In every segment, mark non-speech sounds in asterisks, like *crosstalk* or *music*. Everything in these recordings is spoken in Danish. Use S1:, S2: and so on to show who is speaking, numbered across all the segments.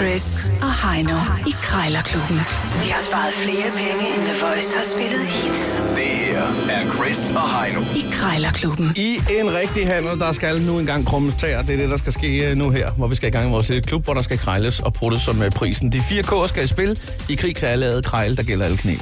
S1: Chris og Heino i Krejlerklubben. De har sparet flere penge, end The Voice har spillet hits
S2: Det her er Chris og Heino.
S1: i Krejlerklubben.
S3: I en rigtig handel, der skal nu engang krummes tæer. Det er det, der skal ske øh, nu her, hvor vi skal i gang i vores øh, klub, hvor der skal krejles og pruttes som øh, prisen. De fire K'er skal i spil. I krig kan alle ad krejle, der gælder alle knæ.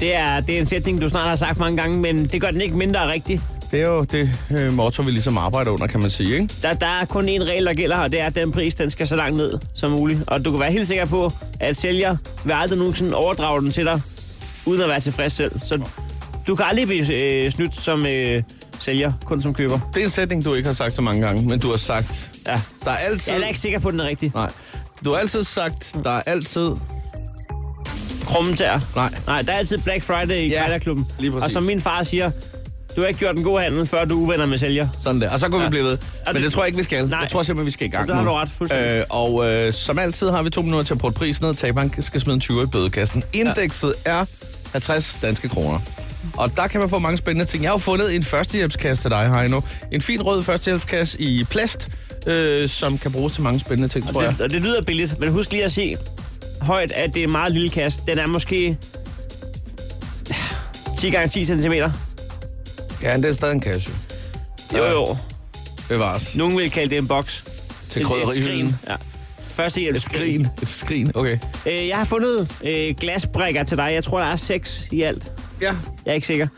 S4: Det er, det er en sætning, du snart har sagt mange gange, men det gør den ikke mindre rigtig.
S3: Det er jo det øh, motto, vi ligesom arbejder under, kan man sige, ikke?
S4: Der, der er kun én regel, der gælder, og det er, at den pris den skal så langt ned som muligt. Og du kan være helt sikker på, at sælger vil aldrig nogensinde overdrage den til dig, uden at være tilfreds selv. Så du kan aldrig blive øh, snydt som øh, sælger, kun som køber.
S3: Det er en sætning, du ikke har sagt så mange gange, men du har sagt...
S4: Ja.
S3: Der er
S4: Jeg
S3: altid...
S4: er heller ikke sikker på, at den er rigtig.
S3: Nej. Du har altid sagt, der er altid...
S4: Krummentær.
S3: Nej.
S4: Nej, der er altid Black Friday i
S3: Ja,
S4: ja, Kejlerklubben.
S3: lige præcis.
S4: Og som min far siger, du har ikke gjort en god handel, før du er uvenner med sælger.
S3: Sådan der. Og så kunne ja. vi
S4: Ja.
S3: blive ved.
S4: Og
S3: Men
S4: det-
S3: det tror jeg ikke, vi skal.
S4: Nej.
S3: Jeg tror simpelthen, vi skal i gang
S4: Det har
S3: nu.
S4: du ret, fuldstændig.
S3: øh, Og øh, som altid har vi to minutter til at putte prisen ned. Taberen skal smide en 20 i bødekassen. Indekset ja. er 50 danske kroner. Og der kan man få mange spændende ting. Jeg har jo fundet en førstehjælpskasse til dig, Heino. En fin rød førstehjælpskasse i plast, øh, som kan bruges til mange spændende ting, tror jeg.
S4: Det, og det lyder billigt, men husk lige at se højt, at det er en meget lille kasse. Den er måske 10 gange 10 cm.
S3: Ja, men det er stadig en kasse.
S4: Jo, jo.
S3: Bevares.
S4: Nogen vil kalde det en boks.
S3: Til
S4: Et- Et skrin.
S3: krydderihylden.
S4: Ja. Første
S3: Et skrin. Et skrin, okay.
S4: Øh, jeg har fundet øh, glasbrikker til dig. Jeg tror, der er seks i alt.
S3: Ja.
S4: Jeg er ikke sikker.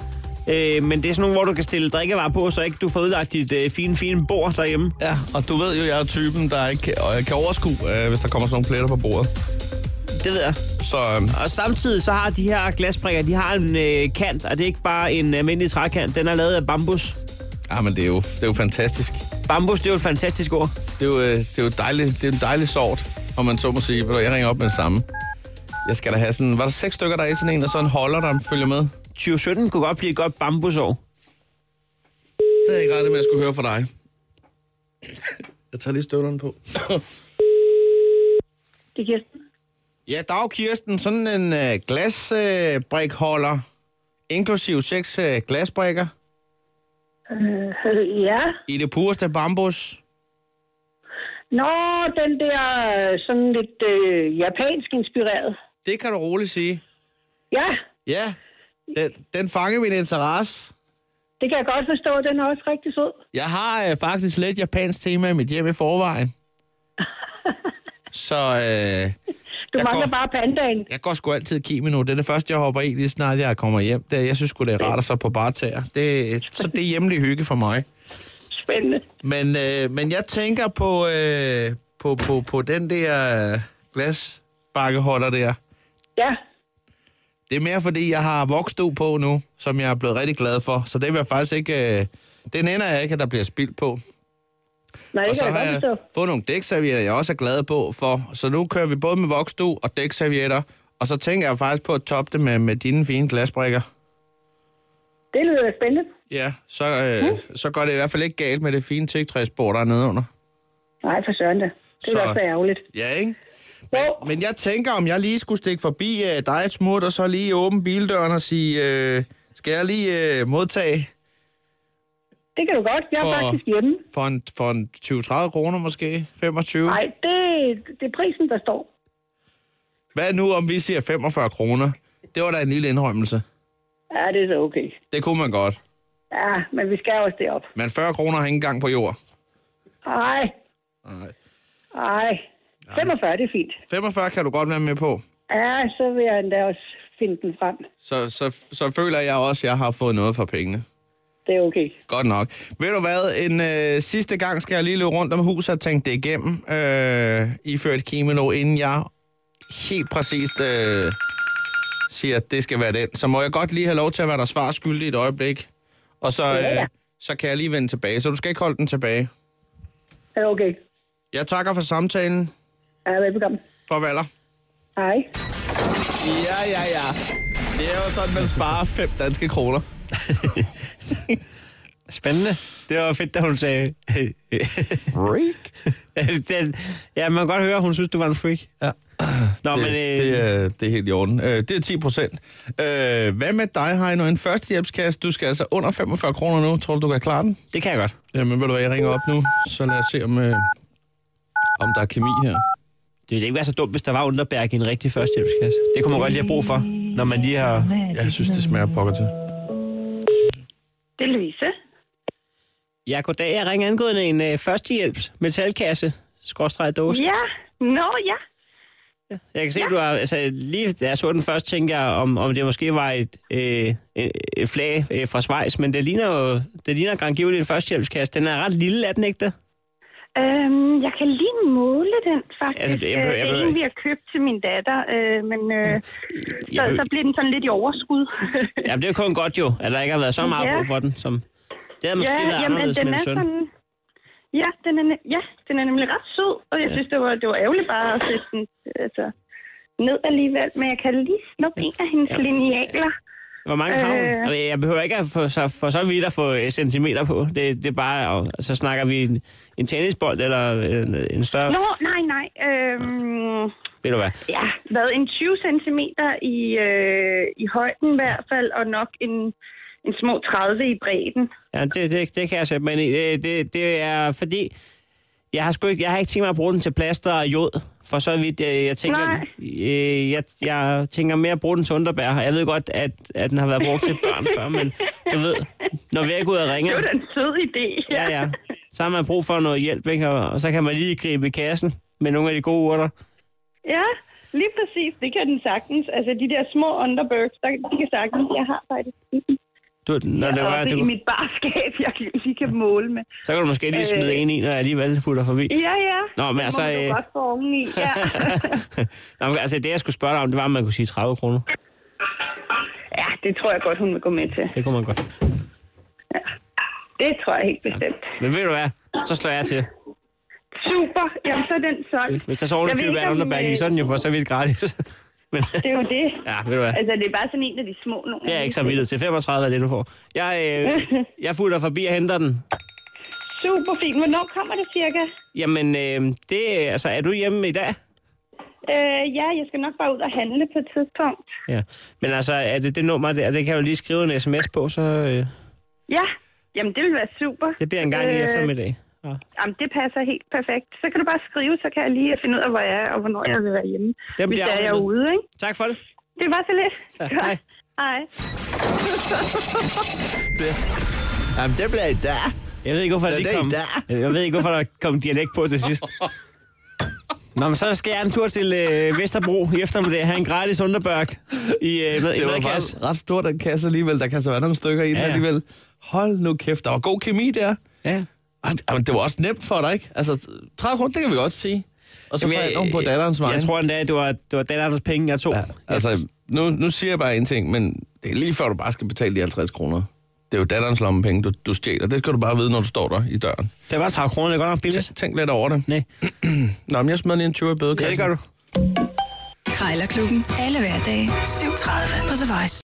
S4: Øh, men det er sådan nogle, hvor du kan stille drikkevarer på, så ikke du får ødelagt dit øh, fine, fine bord derhjemme.
S3: Ja, og du ved jo, jeg er typen, der ikke kan, og jeg kan overskue, øh, hvis der kommer sådan nogle pletter på bordet.
S4: Det ved jeg.
S3: Så øh,
S4: Og samtidig så har de her glasbrikker, de har en øh, kant, og det er ikke bare en almindelig trækant. Den er lavet af bambus.
S3: Ja, ah, men det er jo, det er jo fantastisk. Det
S4: Bambus, det er jo et fantastisk ord.
S3: er jo, øh, det er jo dejligt, det er en dejlig sort, om man så må sige. Ved du hvad, Jeg ringer op med det samme. Jeg skal da have sådan, var der seks stykker, der er i sådan en, og så en holder, der følger med?
S4: 2017 kunne godt blive et godt bambusår.
S3: Det havde jeg ikke regnet med, at jeg skulle høre fra dig. Jeg tager lige støvlerne på.
S5: Det giver
S3: Ja, dag Kirsten, sådan en øh, glasbrikholder, inklusiv seks øh, glasbrikker,
S5: øh, *laughs* ja.
S3: i det pureste bambus.
S5: Nå, den der øh, sådan lidt øh, japansk inspireret.
S3: Det kan du roligt sige.
S5: Ja,
S3: Ja, den, den fanger min interesse.
S5: det kan jeg godt forstå. Den er også rigtig sød.
S3: Jeg har øh, faktisk lidt japansk tema i mit hjem i forvejen. Så øh,
S5: Du
S3: Jeg
S5: jeg mangler
S3: går-
S5: går... bare pandaen.
S3: jeg går sgu altid kimi nu. Det er det første, jeg hopper i, lige snart jeg kommer hjem. Det, jeg synes sgu, det er rart at så på bartager. Det, så det er hjemlig hygge for mig.
S5: Spændende.
S3: Men, øh, men jeg tænker på, øh, på, på, på den der øh, glasbakkeholder der.
S5: Ja,
S3: Det er mere, fordi jeg har voksdu på nu, som jeg er blevet rigtig glad for. Så det vil jeg faktisk ikke... Øh, den ender jeg ikke, at der bliver spildt på.
S5: nej, det
S3: Og så
S5: kan jeg
S3: har
S5: godt
S3: jeg
S5: forstå.
S3: fået nogle dækservietter, jeg også er glad på for. Så nu kører vi både med voksdu og dækservietter. Og så tænker jeg faktisk på at toppe det med, med dine fine glasbrikker.
S5: Det lyder da spændende.
S3: Ja, så, øh, så går det i hvert fald ikke galt med det fine teaktræsbord, der er nedenunder.
S5: Nej, for søren da. Det er
S3: Så-
S5: da også ærgerligt.
S3: Ja, ikke?
S5: Jo,
S3: Men jeg tænker, om jeg lige skulle stikke forbi øh, dig et smut, og så lige åbne bildøren og sige, øh, skal jeg lige øh, modtage
S5: det kan du godt. Jeg er
S3: For-
S5: faktisk hjemme.
S3: for en, for en 20-30 kroner måske? 25?
S5: Nej, det, det er prisen, der står.
S3: Hvad nu, om vi siger 45 kroner? Det var da en lille indrømmelse.
S5: Ja, det er så okay.
S3: Det kunne man godt.
S5: Ja, men vi skal også derop.
S3: Men 40 kroner har ingen gang på jord.
S5: Ej,
S3: Nej.
S5: ej. 45, det er fint.
S3: 45 kan du godt være med på.
S5: Ja, så vil jeg endda også finde den frem.
S3: Så, så, så føler jeg også, at jeg har fået noget for pengene.
S5: Det er okay.
S3: Godt nok. Ved du hvad, en øh, sidste gang skal jeg lige løbe rundt om huset og tænke det igennem. Øh, I før et kimono, inden jeg helt præcist øh, siger, at det skal være den. Så må jeg godt lige have lov til at være der svar skyldig et øjeblik. Og så,
S5: Ja.
S3: øh, så kan jeg lige vende tilbage. Så du skal ikke holde den tilbage.
S5: Det er okay.
S3: Jeg takker for samtalen.
S5: Ja, velbekomme.
S3: Farveler.
S5: Hej.
S3: Ja, ja, ja. Det er jo sådan, man sparer 5 danske kroner.
S4: Spændende. Det var fedt, da hun sagde... *laughs*
S3: Freak.
S4: den, *laughs* ja, man kan godt høre, hun synes, du var en freak.
S3: Ja.
S4: Nå,
S3: Det,
S4: men... Øh,
S3: det, er, det er helt i orden. Øh, det er 10 procent. Øh, hvad med dig, Heino? En førstehjælpskasse, du skal altså under 45 kroner nu. Tror du, du kan klare den?
S4: det kan jeg godt.
S3: Jamen, ved du hvad, jeg ringer op nu, så lad os se, om, øh, om der er kemi her.
S4: Det ville ikke være så dumt, hvis der var underbærk i en rigtig førstehjælpskasse. Det kunne man godt lige have brug for, når man lige har...
S3: Jeg synes, det smager pokker til.
S5: Det er Louise.
S4: Ja, goddag. Jeg ringer angående en øh, førstehjælps metalkasse. Skråstrej dåse.
S5: Ja, nå ja.
S4: Jeg kan se, du har... Altså, lige da jeg så den først, tænkte jeg, om, om det måske var et, øh, et, et flag øh, fra Schweiz, men det ligner jo... Det ligner grangivligt en førstehjælpskasse. Den er ret lille, er den ikke det?
S5: Øhm, jeg kan lige måle den, faktisk.
S4: Altså,
S5: Altså,
S4: jeg
S5: jeg
S4: behøver- jeg
S5: jeg
S4: behøver-
S5: vi har købt til min datter, øh, men øh, så,
S4: behøver-
S5: så bliver den sådan lidt i overskud.
S4: Jamen, det er jo kun godt jo, at der ikke har været så meget
S5: Ja.
S4: brug for den, som... Det havde
S5: *laughs*
S4: måske været anderledes med en søn.
S5: sådan... Ja den, er, ne- ja, den er nemlig ret sød, og jeg ja. synes, det var, det var ærgerligt bare at sætte den altså, ned alligevel. Men jeg kan lige snuppe en af hendes ja. linealer.
S4: Hvor mange har hun?
S5: Øh.
S4: Øh... Jeg behøver ikke at få så, for så vidt at få øh, centimeter på. Det, det er bare, og så snakker vi en, en tennisbold eller en, en større...
S5: Nå, nej, nej. Øhm,
S4: Ved du hvad?
S5: ja, hvad, en 20 cm i, øh, i højden i hvert fald, og nok en, en små 30 i bredden.
S4: Ja, det, det, det kan jeg sætte mig ind i. Det, det, det er fordi... Jeg har, sgu ikke, jeg har ikke tænkt mig at bruge den til plaster og jod, for så vidt jeg, jeg tænker...
S5: Nej.
S4: Øh, jeg, jeg tænker mere at bruge den til underbær. Jeg ved godt, at, at den har været brugt til børn før, men du ved, når vi er ikke ude og ringe...
S5: Det var da en sød idé.
S4: Ja, ja. Så har man brug for noget hjælp, ikke? Og, og så kan man lige gribe i kassen med nogle af de gode urter.
S5: Ja, lige præcis. Det kan den sagtens. Altså, de der små underbergs, der, de kan sagtens. Jeg har faktisk en.
S4: Du, når det var,
S5: også
S4: du,
S5: i mit barskab, *laughs* jeg lige kan måle med.
S4: så kan du måske lige smide
S5: Øh.
S4: en i, når jeg alligevel futter forbi.
S5: Ja, ja.
S4: Nå, men
S5: Det
S4: altså,
S5: Må man
S4: øh,
S5: jo godt få oven i.
S4: *laughs*
S5: Ja.
S4: Nå, men altså, det jeg skulle spørge dig om, det var, om man kunne sige 30 kroner.
S5: ja, det tror jeg godt, hun vil gå med til.
S4: Det kunne man godt.
S5: Det tror jeg helt bestemt.
S4: Men ved du hvad? Så slår jeg til.
S5: Super. Jamen, så er den solgt.
S4: Hvis der så ordentligt
S5: Jeg ved
S4: køber
S5: ikke,
S4: af
S5: om,
S4: underbær,
S5: øh,
S4: i, så er den jo for så vidt
S5: *laughs*
S4: gratis. Men,
S5: Det er jo det.
S4: ja, ved du hvad?
S5: Altså, det er bare sådan en af de små nogle.
S4: Det er jeg ikke så vildt til. 35 er det, du får. Jeg, øh, jeg futter forbi og henter den.
S5: Super fint. Hvornår kommer det cirka?
S4: Jamen, øh, det, altså, er du hjemme i dag?
S5: Øh, ja, jeg skal nok bare ud og handle på et tidspunkt.
S4: Ja. Men altså, er det det nummer der? Det kan jeg jo lige skrive en sms på, så øh,
S5: Ja, jamen det vil være super.
S4: det bliver en gang i
S5: Øh,
S4: eftermiddag. Ja.
S5: Jamen, det passer helt perfekt. Så kan du bare skrive, så kan jeg lige finde ud af, hvor jeg er, og hvornår jeg vil være hjemme.
S4: Den
S5: hvis
S4: bliver
S5: jeg er
S4: afhentet.
S5: ude, ikke?
S4: Tak for det.
S5: Det var så lidt. Ja,
S4: hej.
S5: Hej.
S6: Jamen, det bliver i dag.
S4: Jeg ved ikke, hvorfor der
S6: Det er
S4: lige
S6: det,
S4: kom,
S6: der.
S4: jeg ved ikke, hvorfor der kom dialekt på til
S3: *laughs*
S4: sidst. Nå, men så skal jeg en tur til øh, Vesterbro i eftermiddag. Have en gratis underbørg i, øh, med, i
S3: Det var
S4: madkasse.
S3: faktisk ret stor, den kasse alligevel. Der kan så være nogle stykker i den
S4: Ja,
S3: ja,
S4: ja.
S3: ja. alligevel. Hold nu kæft, der var god kemi der.
S4: Ja.
S3: Ej, men det var også nemt for dig, ikke? Altså, 30 kroner, det kan vi godt sige. Og så får jeg nogen på datterens vej.
S4: Jeg tror endda, at det var, det var datterens penge, jeg tog. Ja.
S3: Ja, altså, nu, nu siger jeg bare en ting, men det er lige før, du bare skal betale de 50 kroner. Det er jo datterens lommepenge, du, du stjæler. Det skal du bare vide, når du står der i døren.
S4: 35 kroner, det er godt nok billigt.
S3: Tænk lidt over det.
S4: Nej.
S3: *clears throat* Nå, men jeg smed lige en 20 i bødekassen.
S4: Ja, det gør du.
S1: Krejlerklubben. Alle hverdage. 7.30 på The Voice.